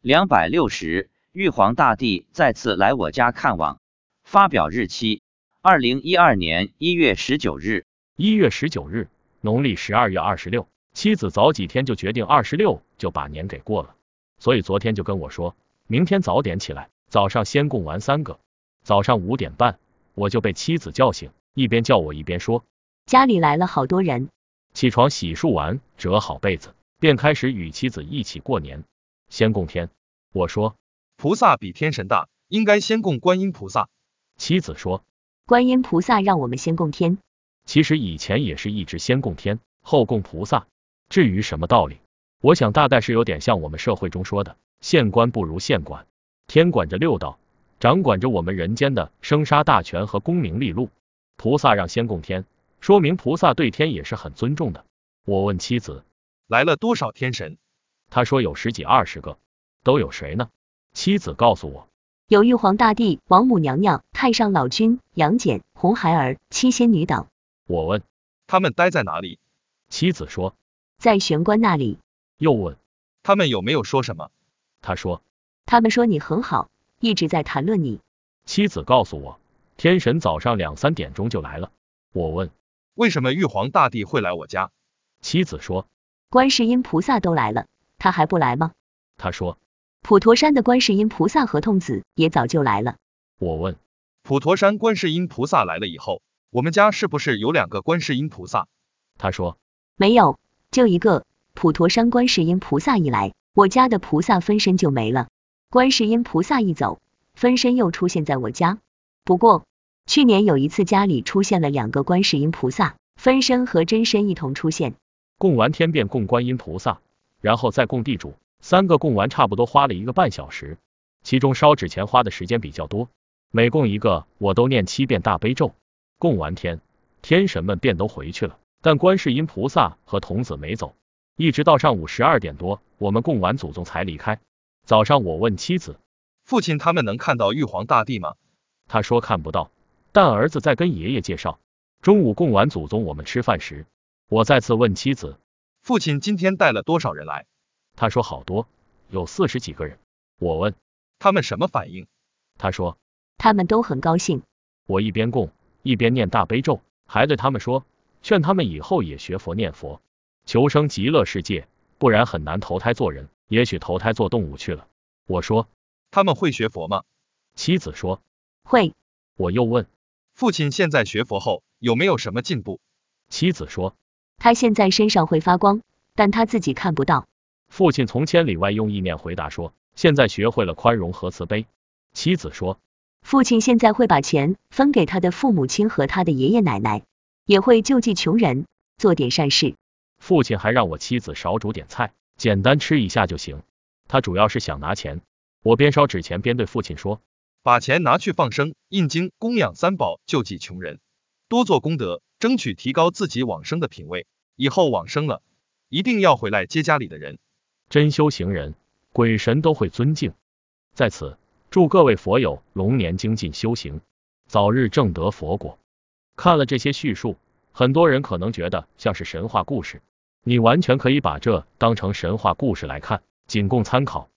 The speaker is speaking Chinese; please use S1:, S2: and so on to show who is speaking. S1: 两百六十，玉皇大帝再次来我家看望。发表日期：二零一二年一月十九日。
S2: 一月十九日，农历十二月二十六。妻子早几天就决定二十六就把年给过了，所以昨天就跟我说，明天早点起来，早上先供完三个。早上五点半，我就被妻子叫醒，一边叫我一边说，
S3: 家里来了好多人，
S2: 起床洗漱完，折好被子，便开始与妻子一起过年，先供天。我说，
S4: 菩萨比天神大，应该先供观音菩萨。
S2: 妻子说，
S3: 观音菩萨让我们先供天。
S2: 其实以前也是一直先供天，后供菩萨。至于什么道理，我想大概是有点像我们社会中说的“县官不如县管”，天管着六道，掌管着我们人间的生杀大权和功名利禄。菩萨让先供天，说明菩萨对天也是很尊重的。我问妻子
S4: 来了多少天神，
S2: 她说有十几二十个，都有谁呢？妻子告诉我，
S3: 有玉皇大帝、王母娘娘、太上老君、杨戬、红孩儿、七仙女等。
S2: 我问
S4: 他们待在哪里？
S2: 妻子说，
S3: 在玄关那里，
S2: 又问
S4: 他们有没有说什么？
S2: 她说，
S3: 他们说你很好，一直在谈论你。
S2: 妻子告诉我，天神早上两三点钟就来了。我问
S4: 为什么玉皇大帝会来我家？
S2: 妻子说，
S3: 观世音菩萨都来了，他还不来吗？
S2: 她说，
S3: 普陀山的观世音菩萨和童子也早就来了。
S2: 我问
S4: 普陀山观世音菩萨来了以后，我们家是不是有两个观世音菩萨？
S2: 她说
S3: 没有，就一个普陀山观世音菩萨一来，我家的菩萨分身就没了。观世音菩萨一走，分身又出现在我家。不过去年有一次家里出现了两个观世音菩萨，分身和真身一同出现。
S2: 供完天便供观音菩萨，然后再供地主，三个供完差不多花了一个半小时，其中烧纸钱花的时间比较多，每供一个我都念七遍大悲咒。供完天，天神们便都回去了，但观世音菩萨和童子没走，一直到上午十二点多，我们供完祖宗才离开。早上我问妻子，
S4: 父亲他们能看到玉皇大帝吗？
S2: 她说看不到，但儿子在跟爷爷介绍。中午供完祖宗，我们吃饭时，我再次问妻子，
S4: 父亲今天带了多少人来？
S2: 她说好多，有四十几个人。我问，
S4: 他们什么反应？
S2: 她说
S3: 他们都很高兴。
S2: 我一边供一边念大悲咒，还对他们说，劝他们以后也学佛念佛，求生极乐世界，不然很难投胎做人，也许投胎做动物去了。我说，
S4: 他们会学佛吗？
S2: 妻子说，
S3: 会，
S2: 我又问，
S4: 父亲现在学佛后有没有什么进步？
S2: 妻子说，
S3: 他现在身上会发光，但他自己看不到。
S2: 父亲从千里外用意念回答说，现在学会了宽容和慈悲。妻子说，
S3: 父亲现在会把钱分给他的父母亲和他的爷爷奶奶，也会救济穷人，做点善事。
S2: 父亲还让我妻子少煮点菜，简单吃一下就行。他主要是想拿钱。我边烧纸钱边对父亲说，
S4: 把钱拿去放生、印经、供养三宝，救济穷人，多做功德，争取提高自己往生的品位。以后往生了，一定要回来接家里的人。
S2: 真修行人，鬼神都会尊敬。在此，祝各位佛友龙年精进修行，早日正得佛果。看了这些叙述，很多人可能觉得像是神话故事，你完全可以把这当成神话故事来看，仅供参考。